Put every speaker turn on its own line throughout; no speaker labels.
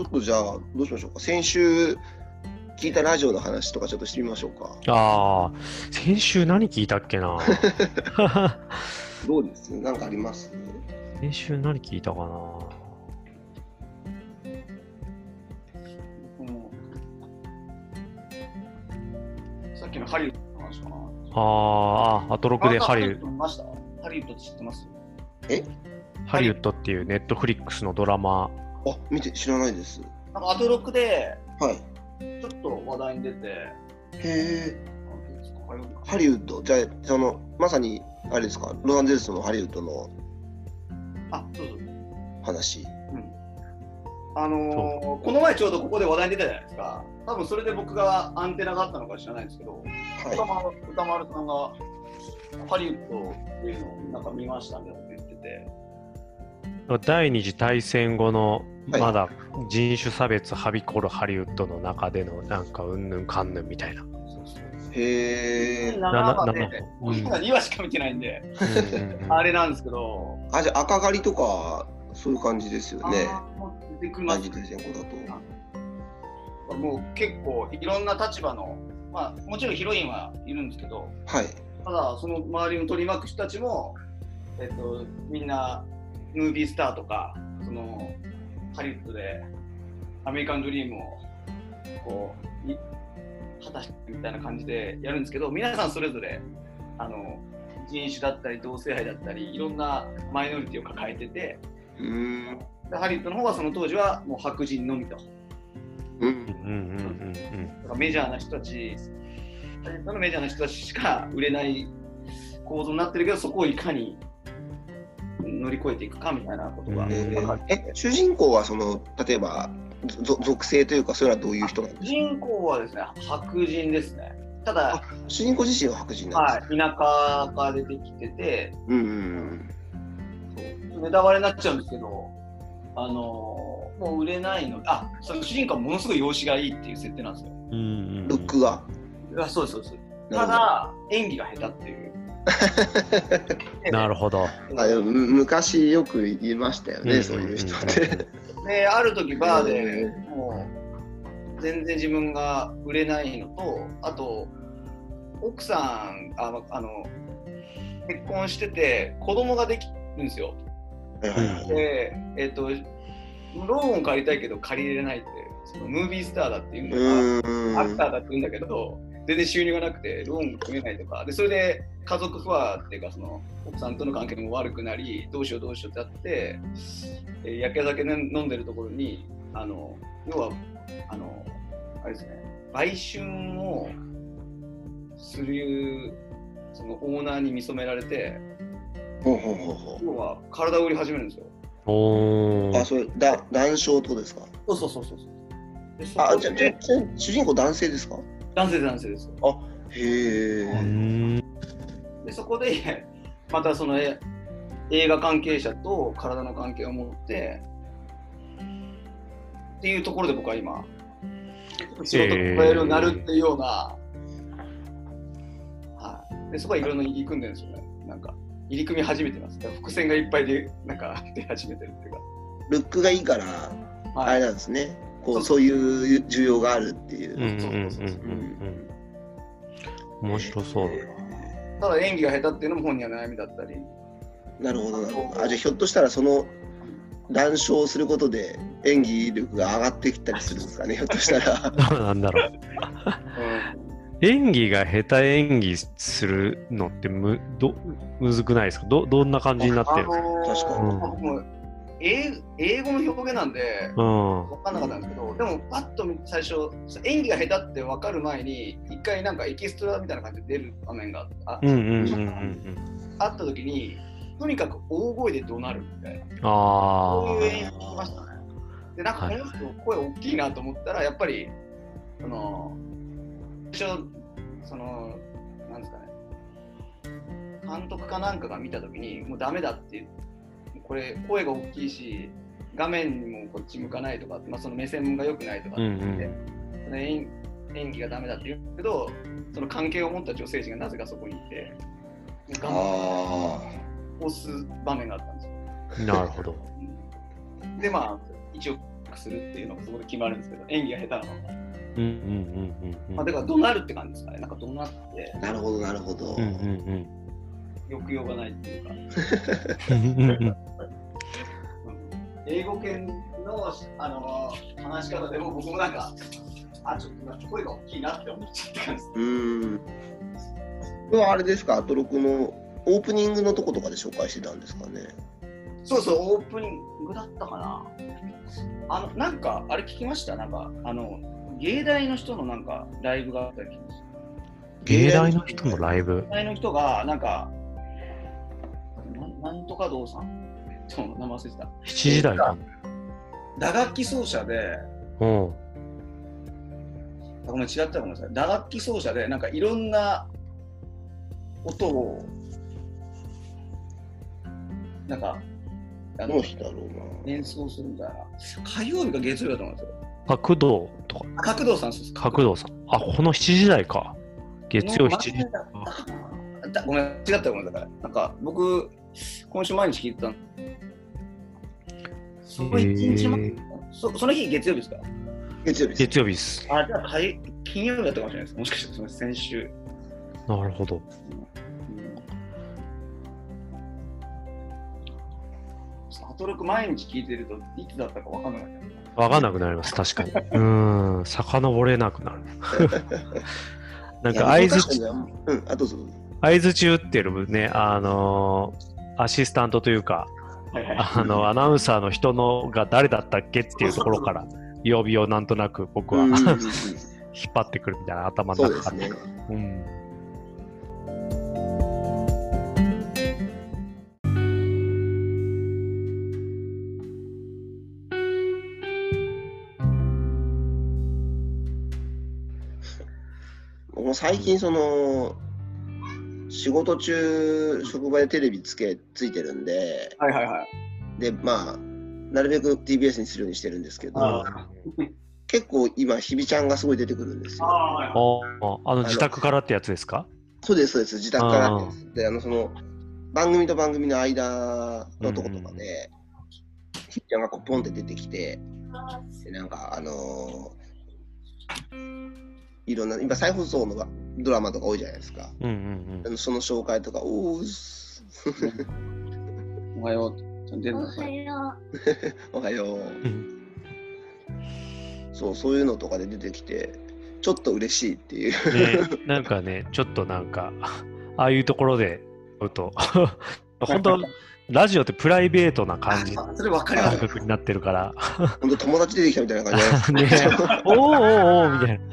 ょっとじゃあ、どうしましょうか。先週聞いたラジオの話とかちょっとしてみましょうか。
ああ、先週何聞いたっけ な
どうですなんかあります
先週何聞いたかな
さっきのハリウッドの話かな。
あーあ、アトロクでハリウ
ッド見ましたハリウッドって知ってます
ハリウッドっていうネットフリックスのドラマ。
あ、見て、知らないです。
なんかアトロックで
はい。
ちょっと話題に出て、
へえ。
あの
ハリウッド、じゃあ、その、まさに、あれですか、ロサンゼルスのハリウッドの
あ、そうそう。うん。
話。
あのー、この前ちょうどここで話題に出たじゃないですか。多分それで僕がアンテナがあったのか知らないんですけど、歌
は
丸歌丸さんがハリウッドっていうのをなんか見ましたみたいなこと言ってて、
第二次大戦後の
はい
まだ人種差別はびこるハリウッドの中でのなんかうんぬんかんぬんみたいな。
そうそう。
い。へえ。
7話で、
うん うん
今2話しか見てないんで、
うんうん
あれなんですけど、
あ、じゃあ、赤狩りとか、そういう感じですよね。
あーもう出てくるな
マジで先行だと。
もう結構いろんな立場の、まあ、もちろんヒロインはいるんですけど、
はい。
ただその周りの取り巻く人たちも、えっと、みんなムービースターとかそのハリウッドでアメリカンドリームをこうい果たしてみたいな感じでやるんですけど皆さんそれぞれあの人種だったり同性愛だったりいろんなマイノリティを抱えてて
うーん。
でハリウッドの方はその当時はもう白人のみと。
うん。
うんうんうん
なんかメジャーな人たち、タレントのメジャーな人たちしか売れない構造になってるけど、そこをいかに乗り越えていくかみたいなことが、
うん
え
なんか
ーえ、主人公は、その、例えば、ぞ属性というか、それはどういう人なんですか
人口はですね、白人ですね。ただ、
主人公自身は白人なんです
は
か
い、田舎から出てきてて、
うんうんうん。
そうネタバレになっちゃうんですけど、あのーもう売れないのあその主人公はものすごい容姿がいいっていう設定なんですよ。
うんうんうん。
ルックが。
あそうですそうです
な
た
るほど
だ、演技が下手っていう。
なるほど。
あでもむ昔よく言いましたよね、
うん
そういう人って。
である時バーで
う
もう全然自分が売れないのとあと奥さんあまあの結婚してて子供ができるんですよ
はいはいはい
でえっ、とローンを借りたいけど借りれないってそのムービースターだっていう
う
の
ーん
がアクターだって言うんだけど全然収入がなくてローン組めないとかでそれで家族不和っていうかその奥さんとの関係も悪くなりどうしようどうしようってなって、えー、焼け酒ね飲んでるところにあの要はあのあれですね売春をするそのオーナーに見初められて
ほうほうほうほ
要は体を売り始めるんですよ。
お
う。あ、
ー。
それ、だ男性ってことですか
そうそうそうそうそう。でそ
あ、
こ
じゃあ、じゃあ
で
じゃあ主人公男性ですか
男性男性ですよ。
へ
う
え。
ん
でそこで またそのえ映画関係者と体の関係を持ってっていうところで僕は今仕事をえるようになるっていうような、はい、でそこはいろいろ入り組んでるんですよねなんか入り組み始めてますだから伏線がいっぱいでなんか 出始めてるっていう
ルックがいいから、
か、
あ
は
れ
い、
なんですね。こう、
そ
そういう需要があるっていう。
うんうんうんうんうん。面白そうだな。
ただ演技が下手っていうのも本人は悩みだったり
なるほど、なるほど。あ、じゃあ、ひょっとしたら、その、談笑することで演技力が上がってきたりするんですかね、ひょっとしたら。
どう なんだろう。演技が下手演技するのってむどむずくないですかどどんな感じになって
あ
るんですか
確
のー
か
に
僕も英英語の表現なんで
うん
分かんなかったんですけど、でもパッと見最初演技が下手って分かる前に一回なんかエキストラみたいな感じで出る場面があ,、
うんうんうんうんうん。
あった時にとにかく大声で怒鳴るみたいな
あ
そういう演
ー
出しましたねでなんかこの人声大きいなと思ったらやっぱりその最初そのなんですかね監督かなんかが見た時にもうダメだってこれ声が大きいし画面にもこっち向かないとか、まあ、その目線が良くないとか
う
って
ん
言っ
う
て、
ん。
その演演技がダメだって言うけどその関係を持った女性陣がなぜかそこにいて
あ
頑張
あ。
押す場面があったんですよ
なるほど。
でまあ一応くするっていうのがそこで決まるんですけど、演技が下手なのも。
うんうんうんうんうん。
まあ、だから怒鳴るって感じですかね。なんか怒鳴って、
なるほど、なるほど。
うんうん
抑揚がないっていうか。
うん。
英語圏のあの話し方でも僕もなんか、あ、ちょっとなんか声が大きいなって思っちゃった感じ
うーん。これはあれですか、アトロクのオープニングのとことかで紹介してたんですかね。
そうそう、オープニングだったかな。あの、なんか、あれ聞きましたなんか、あの、芸大の人のなんか、ライブがあったり聞きました。
芸大の人のライブ。
芸大の人が、なんか、ななんとか堂さんちょっと名前忘れてた。
7時台か。
打楽器奏者で、
うん。
あごめん、違ったらごめんなさい。打楽器奏者で、なんかいろんな音を、なんか、あ
ど
の
う、したろうな。
演奏するみたいな。火曜日か月曜日だと思うんですよ。
角道とか、
あ角道さん、そうです。
角道さん。あ、この7時台か。月曜7時。
だごめん、違ったごめんなさい。なんか、僕、今週毎日聞いてたの。その一日前
へー
そその日、月曜日ですか
月曜日です。
月曜日です。
あ、じゃあ、火曜金曜日だったかもしれないです。もしかして、その先週。
なるほど。
アトロク毎日聞いてるといつだったかわかんなかった。
わかんなくなります、確か に。うーん、遡れなく なる。なんか
い
相
や
づち、
うん、あとそう。
相づち打ってるね、あのーアシスタントというか、
はいはい。
あの、アナウンサーの人のが誰だったっけっていうところから、曜日をなんとなく僕は
うん
引っ張ってくるみたいな頭
そ
の
うで
中
す
で。
ね。
うん
僕も最近その仕事中職場でテレビつけついてるんで
はいはいはい。
でまあなるべく TBS にするようにしてるんですけど
あ
結構今ひびちゃんがすごい出てくるんです
あ
よ
あ、はいはい。
おーあの自宅からってやつですか
そうですそうです自宅から
あ
であのその番組と番組の間のとことかで、ひびちゃんがこうポンって出てきてでなんかあのーいろんな今再放送のがドラマとか多いじゃないですか
うんうん
あのその紹介とかおーす
おはよう。ちゃんと出る
お
の
はよ
おはよう
うんうん。
そうそういうのとかで出てきてちょっと嬉しいっていう
ね、なんかね、ちょっとなんか、 ああいうところで会 うと、本当、ラジオってプライベートな感じの
あそれわかりま
感
す。
覚になって るから、
本当友達出てきたみたいな感じなんです
ねおーおーおーみたいな。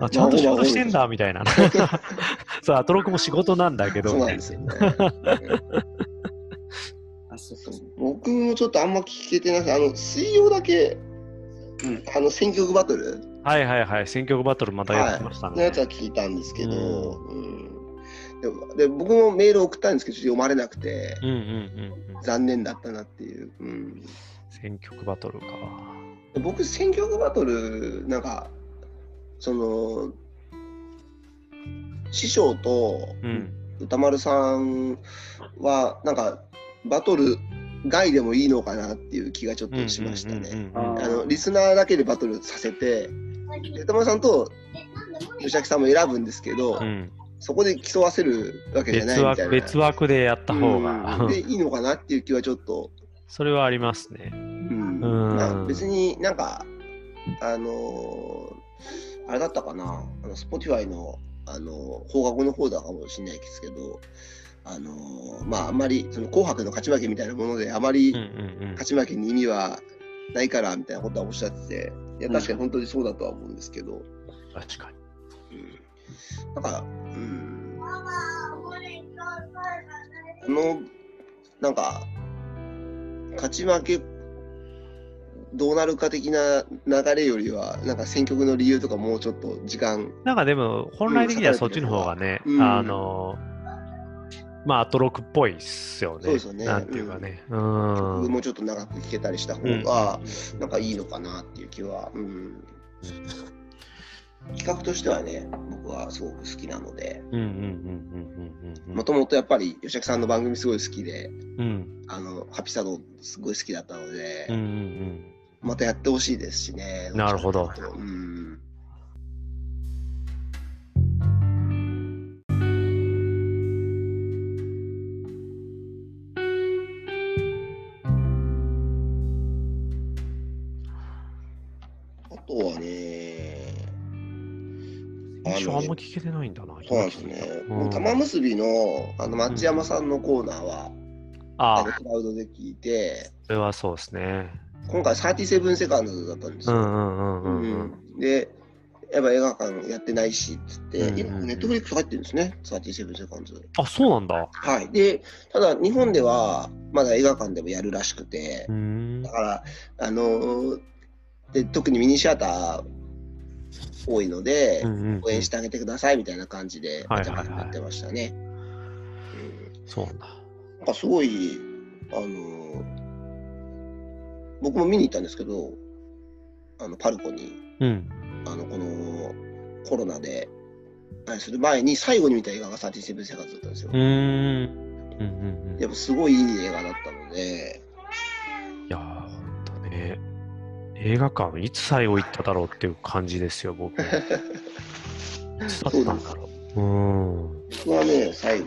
あちゃんと仕事してんだみた いな。そう、アトロクも仕事なんだけど
そう、なんですよね。うん
あ、そうそう。
僕もちょっとあんま聞けてなくて、あの水曜だけ、
うん
あの選曲バトル
はいはいはい、選曲バトルまたやってました
の
ね。
やつは聞いたんですけど、うんでもで僕もメール送ったんですけど、ちょっと読まれなくて、
うんうんうんうん。
残念だったなっていう。うん
選曲バトルか。
僕選曲バトルなんかその師匠と
うん。
歌丸さんはなんかバトル外でもいいのかなっていう気がちょっとしました
うん
ね。
うんうんうん
あー
あのリスナーだけでバトルさせてで
う。
歌丸さんと
よ
吉
しゃ
崎
き
さ
さ
ん
ん
も
も
選
選
ぶ
ぶ
ん
ん
で
ですす
け
け
ど
ど、
うん
そこで競わせるわけじゃない
別
みたい
枠
な。
別枠でやった方
う
が
ん、でいいのかなっていう気はちょっと
それはありますね。
うん
うん
まあ別になんか、あのーあれだったかな、あの Spotify の、あのー放課後の方だかもしれないですけど、あのーまあ、あんまりその紅白の勝ち負けみたいなもので、あまり
うんうん
勝ち負けに意味はないからみたいなことはおっしゃってて、いや、確かに本当にそうだとは思うんですけど、
うん。確かに。
うん、なんか、うん、あの、なんか、勝ち負けどうなるか的な流れよりは、なんか選曲の理由とかもうちょっと時間、
なんかでも、本来的にはそっちの方がね、
うん
あの、まあ、アトロクっぽいっすよね。
そうですよね
なんていうかね。う
曲
ん。
もうちょっと長く聴けたりした方
うん
が、なんかいいのかなっていう気は、うん。企画としてはね、僕はすごく好きなので、
うんうんうんうんうんうんうん。
もともとやっぱり吉崎さんの番組すごい好きで、
うん
あの、ハピサドすごい好きだったので、
うんうんうん。
またやってほしいですしね。
なるほど
ちょっとうんあとはね、あの
印象あんま聞けてないんだな。
そうなんですね。
うん
もう玉結びのあの町山さんのコーナーは、あ
あ
の
あ、
クラウドで聞いて、
それはそうですね。
今回37セカンドだったんです
う
よ。
んうんうんうんうん。
で、やっぱ映画館やってないしっつって、
うんうん
今、ネットフリックス入ってるんですね、37セカンド。
あ、そうなんだ。
はい。で、ただ、日本ではまだ映画館でもやるらしくて
う、ん
だ。から、あのーで、特にミニシアター多いので、
うんうんうん
応援してあげてくださいみたいな感じで、め
はいはい
ちゃ
は
め
い
ちゃやってましたね。うん
そうなんだ。
なんかすごい、あのー僕も見に行ったんですけど、あのパルコに、
うん。
あのこのコロナで、あれする前に最後に見た映画が37セカンドだったんですよ
う。ん。うんうんうん。
やっぱすごいいい映画だったので、
いやー、ほんとね。映画館、いつ最後行っただろうっていう感じですよ、僕。いつだったんだろう。うん。
僕はね、最後、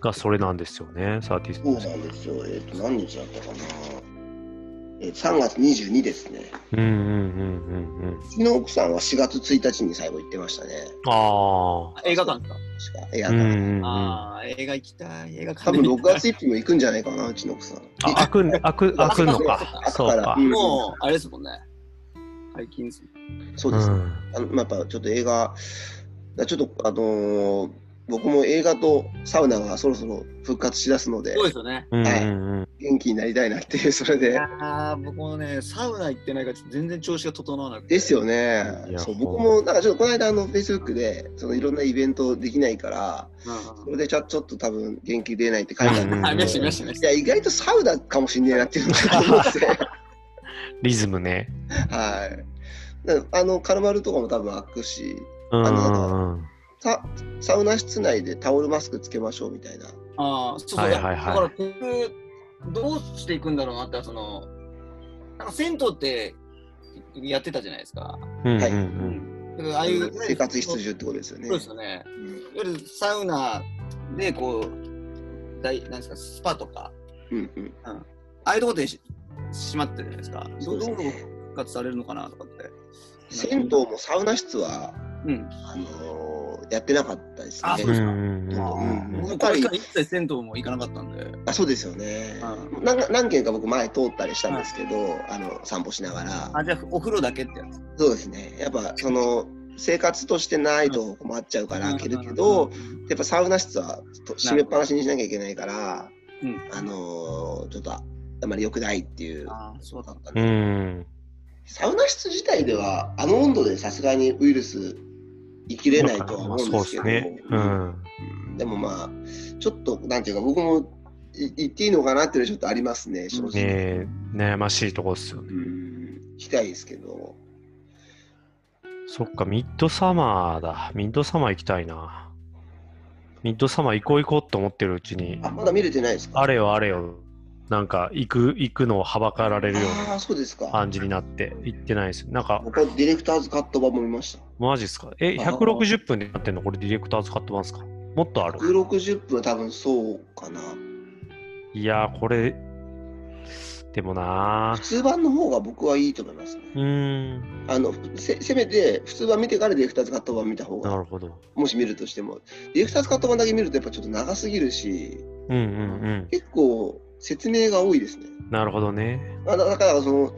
が、それなんですよね、サーティ
そうなんですよ、えっ、と、何日だったかな、えー、3月22ですね。
うんうんうんうんうん。
うちの奥さんは4月1日に最後行ってましたね、
ああ。
映画館か。
確か映画
う
館
んうんうん。あ、
ああ、映画行きたい。映画館
多分
で
6月1日も行くんじゃないかな、うちの奥さん。
開くん、開く、開くのか。
朝
そう
から
か
う。ん
もう、あれですもんね。解禁ですね。
そう
う
です、
ん。
あのまあやっぱちょっと映画、ちょっとあのー僕も映画とサウナがそろそろ復活しだすので
そ、うですよね。
うんうんうん。
元気になりたいなっていう、それ
い
で
や。ー僕もね、サウナ行ってないから、全然調子が整わなくて。
ですよね
い。や
そう
ほん
僕もなんかちょっとこの間、あの Facebook でそのいろんなイベントできないから、
うん
それでちょちょっと多分元気出ないって書いてあるん
うん
あ、見ました、見ま
で
し
すけ
た、見ま
ど、
し
い
た。
や、意外とサウナかもしんねえなっていうのが思って
リズムね。
はい。だからあの、カルマルとかも多分開くし、
うんう
あ
んうん。
ササウナ室内でタオルマスクつけましょうみたいな。
ああ、そうそう。
はいはいはい
だから、僕、どうしていくんだろうなって、その、なんか銭湯ってやってたじゃないですか。
うん
はい
うん
だからああいう
生活必需ってことですよね。
そうですよね。
うん
いわゆるサウナで、こう、大なんですか、スパとか、
うんうん
ああいうとこでし閉まってるじゃないですか。
そうですね
どう復活されるのかなとかって。
銭湯もサウナ室は
うん。
あのーやってなかったですね。
あそう
うん。う
です
ん
か
うんうんうん。
僕、これから一切銭湯も行かなかったんで。
あそうですよね。
う
なんか何軒か僕前通ったりしたんですけど、あの散歩しながら。
あ、じゃあ、お風呂だけってやつ。
そうですね。やっぱその生活としてないと困っちゃうから開けるけど、やっぱサウナ室はと閉めっぱなしにしなきゃいけないから、
うん
あのーちょっとああまり良くないっていう。
ああ、そうだった。
うん。
サウナ室自体ではあの温度でさすがにウイルス生きれないとは思うんですけ
そ
ど、
うですね。うん。
うんでもまあちょっとなんていうか僕もい言っていいのかなっていうのはちょっとありますね正
ね
直、
え悩ましいとこっすよね。
うん行きたいですけど
そっか、ミッドサマーだ。ミッドサマー行きたいな。ミッドサマー行こう行こうと思ってるうちに、
あまだ見れてないですか
あれよあれよ、なんか行く、行くのをはばかられるよう
ああそうです
な
か
感じになって、行ってないです。なんか、
僕はディレクターズカット版も見ました
マジっすかえ、
あー
160分でやってんのこれディレクターズカット版っすかもっとある
160分は多分そうかない
やー、これ、でもな
普通版の方が僕はいいと思いますね
ーうーん、
あのせせめて普通版見てからディレクターズカット版見た方
な
が
るほど。
もし見るとしてもディレクターズカット版だけ見るとやっぱちょっと長すぎるし
うんうん
結構説明が多いですね
うん。なるほどね。
あだだからその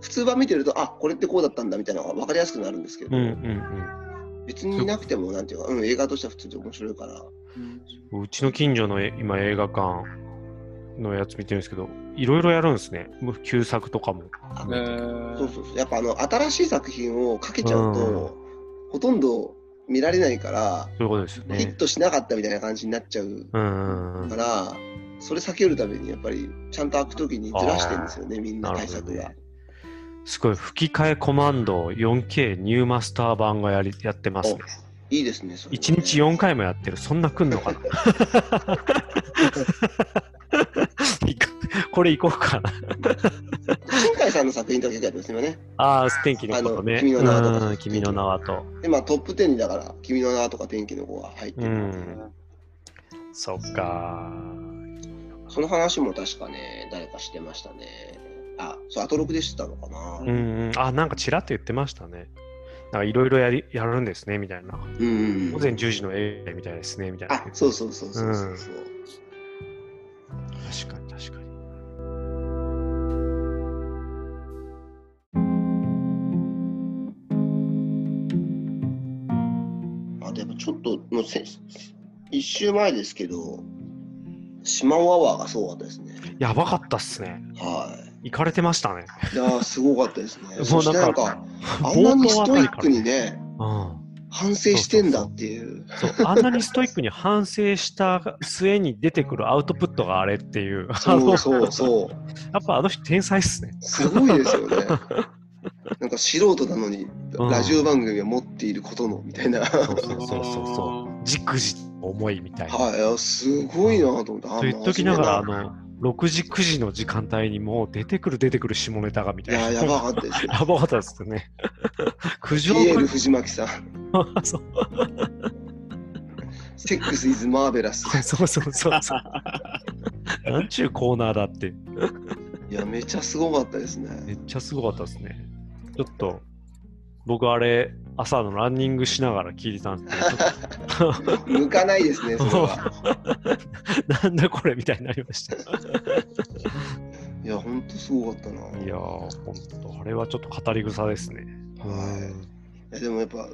普通版見てるとあこれってこうだったんだみたいなのが分かりやすくなるんですけ
う
ど、
んうん
別になくてもなんていうか、うん、映画としては普通に面白いから
うん。うちの近所のえ今映画館のやつ見てるんですけど、いろいろやるんですね。もう旧作とかも。
あ
え
そうそうそうやっぱあの新しい作品をかけちゃうと、ほとんど見られないから、
そういうことですよ
ヒッ
ね。
トしなかったみたいな感じになっちゃう
うんうんう
か
ん。
ら、それ避けるためにやっぱりちゃんと開くときにずらしてるんですよねみんな
な
対
るほど
策が
ね。。すごい、吹き替えコマンド 4K ニューマスター版がやりやってますね。
いいですねそれもね
1日4回もやってる。そんな来んのかな いかこれ行こうかな。
新海ささんの作品とか結構やってますよね。
ああ、天気のことね。
あの君の名はとか
うん君の名はと。
で、まあトップ10にだから、君の名とか天気の子が入って
う
る、
ん。そっか。
その話も確かね、誰かしてましたね。あ、そう、アトロクでしてたのかな。
うんうん。あ、なんかちらっと言ってましたね。なんかいろいろやりやるんですねみたいな。
うんうん
午前10時の映画みたいですねみたいな。
あ、そうそうそうそうそうそう。
確かに確かに。
あとやっぱちょっともうせ一週前ですけど、シマワワがすごかったですね。
やばかったっすね。
は
行かれてましたね。
い。いやーすごかったですね。
も
そうして
な
なんん
か
か、あんなにストイックに
ね。
ね、
うん。
反省してんだっていう。
そう、あんなにストイックに反省した末に出てくるアウトプットがあれっていう。
そうそうそう。
やっぱあの人天才っすね。
すごいですよ ね。なんか素人なのに、
うん
ラジオ番組を持っていることのみたいな。
そうそうそうそうそう。じくじ思いみたいな。
はいいや、すごいなと思って。あ
と言っときながら、あの、6時、9時の時間帯にもう出てくる出てくる下ネタがみたいな。
いや、やばかったですね。
やばかったですね。苦
ピ
情
エール
が
藤巻さん、
そう
セックスイズマーベラス。
そうそうそうそう。なんちゅうコーナーだって。
いや、めちゃすごかったです
め
ね。
っちゃすごかったですね。ちょっと、僕あれ、朝のランニングしながら聞いてたんですけど、
向かないです ね、それは。
なんだこれみたいになりました。
いや、ほんとすごかったな。
いやー、ほんと、あれはちょっと語り草ですね。
はいいやでもやっぱ、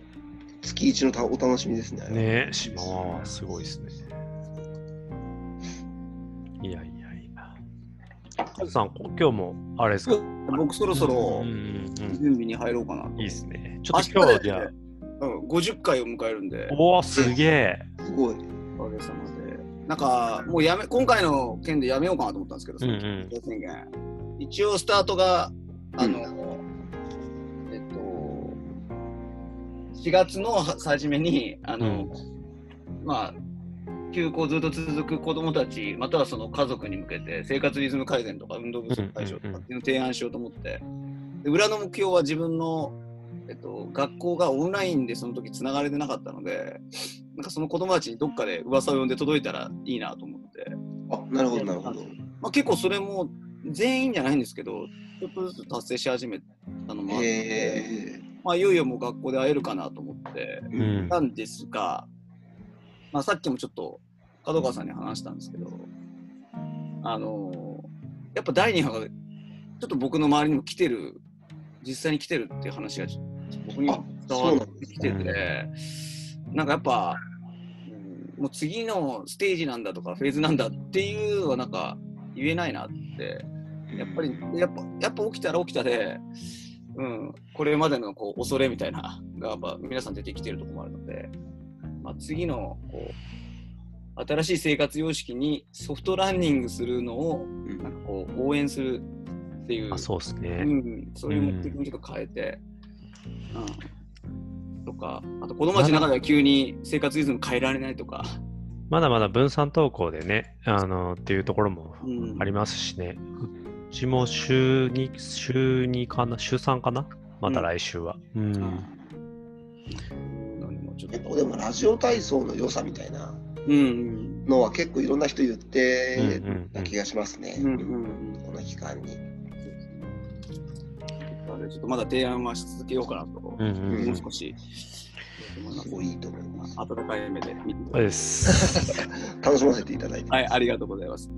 月一のたお楽しみですね。
ねえ、島はすごいですね。いやいやいや。カズさん、こ今日もあれですか
僕そろそろ
うんうん
準備に入ろうかな。
うんいいですね。ちょっと今日はじゃあ、
うん、50回を迎えるんで、
おお、すげえ。
すごい。
おかげさまで。なんか、もうやめ、今回の件でやめようかなと思ったんですけど、
うんう
緊
ん
急事態宣言。一応スタートが、あの、えっと、4月の初めに、あの、まあ、休校ずっと続く子どもたち、またはその家族に向けて、生活リズム改善とか運動不足解消とかっていうのを提案しようと思って、で裏の目標は自分の、えっと、学校がオンラインでその時つながれてなかったので、なんかその子どもたちにどっかで噂を呼んで届いたらいいなと思って、
あ、なるほど、なるほど。
まあ、結構それも全員じゃないんですけど、ちょっとずつ達成し始めたのもあって、
え
まあ、いよいよもう学校で会えるかなと思って。
ー
うんうん
なんですが、まあ、さっきもちょっと角川さんに話したんですけど、あのーやっぱ第2波がちょっと僕の周りにも来てる、実際に来てるっていう話がちょっと僕にも伝わってき
そ
て
うなん
て、なんかやっぱ、うんもう次のステージなんだとかフェーズなんだっていうのはなんか言えないなってやっぱり、やっぱ、やっぱ起きたら起きたで、うん、これまでのこう恐れみたいな、がやっぱ皆さん出てきてるところもあるので、まあ、次のこう新しい生活様式にソフトランニングするの
う
を
ん
なんかこう応援するっていう、
あ、そうですね。
ん、そういう目的にちょっと変えて、うん、とか、あと子供たちの中では急に生活リズム変えられないとか、
まだまだ分散登校でね、あのっていうところも
うん
ありますしね。うちも週2、週2かな、週3かな、また来週は。うん。
うんのにもちょっ
結
と
構でもラジオ体操の良さみたいな
うん
のは結構いろんな人言っ
うんうん
て
う
た
ん
気がしますね。
うんうんうん
この期間に。
なのでちょっとまだ提案はし続けようかなと、
うんうんうん
もう少し、
すごいいいと思います。
温かい目で見てくださ
そうです。
楽しませていただいて。
いはい、ありがとうございます。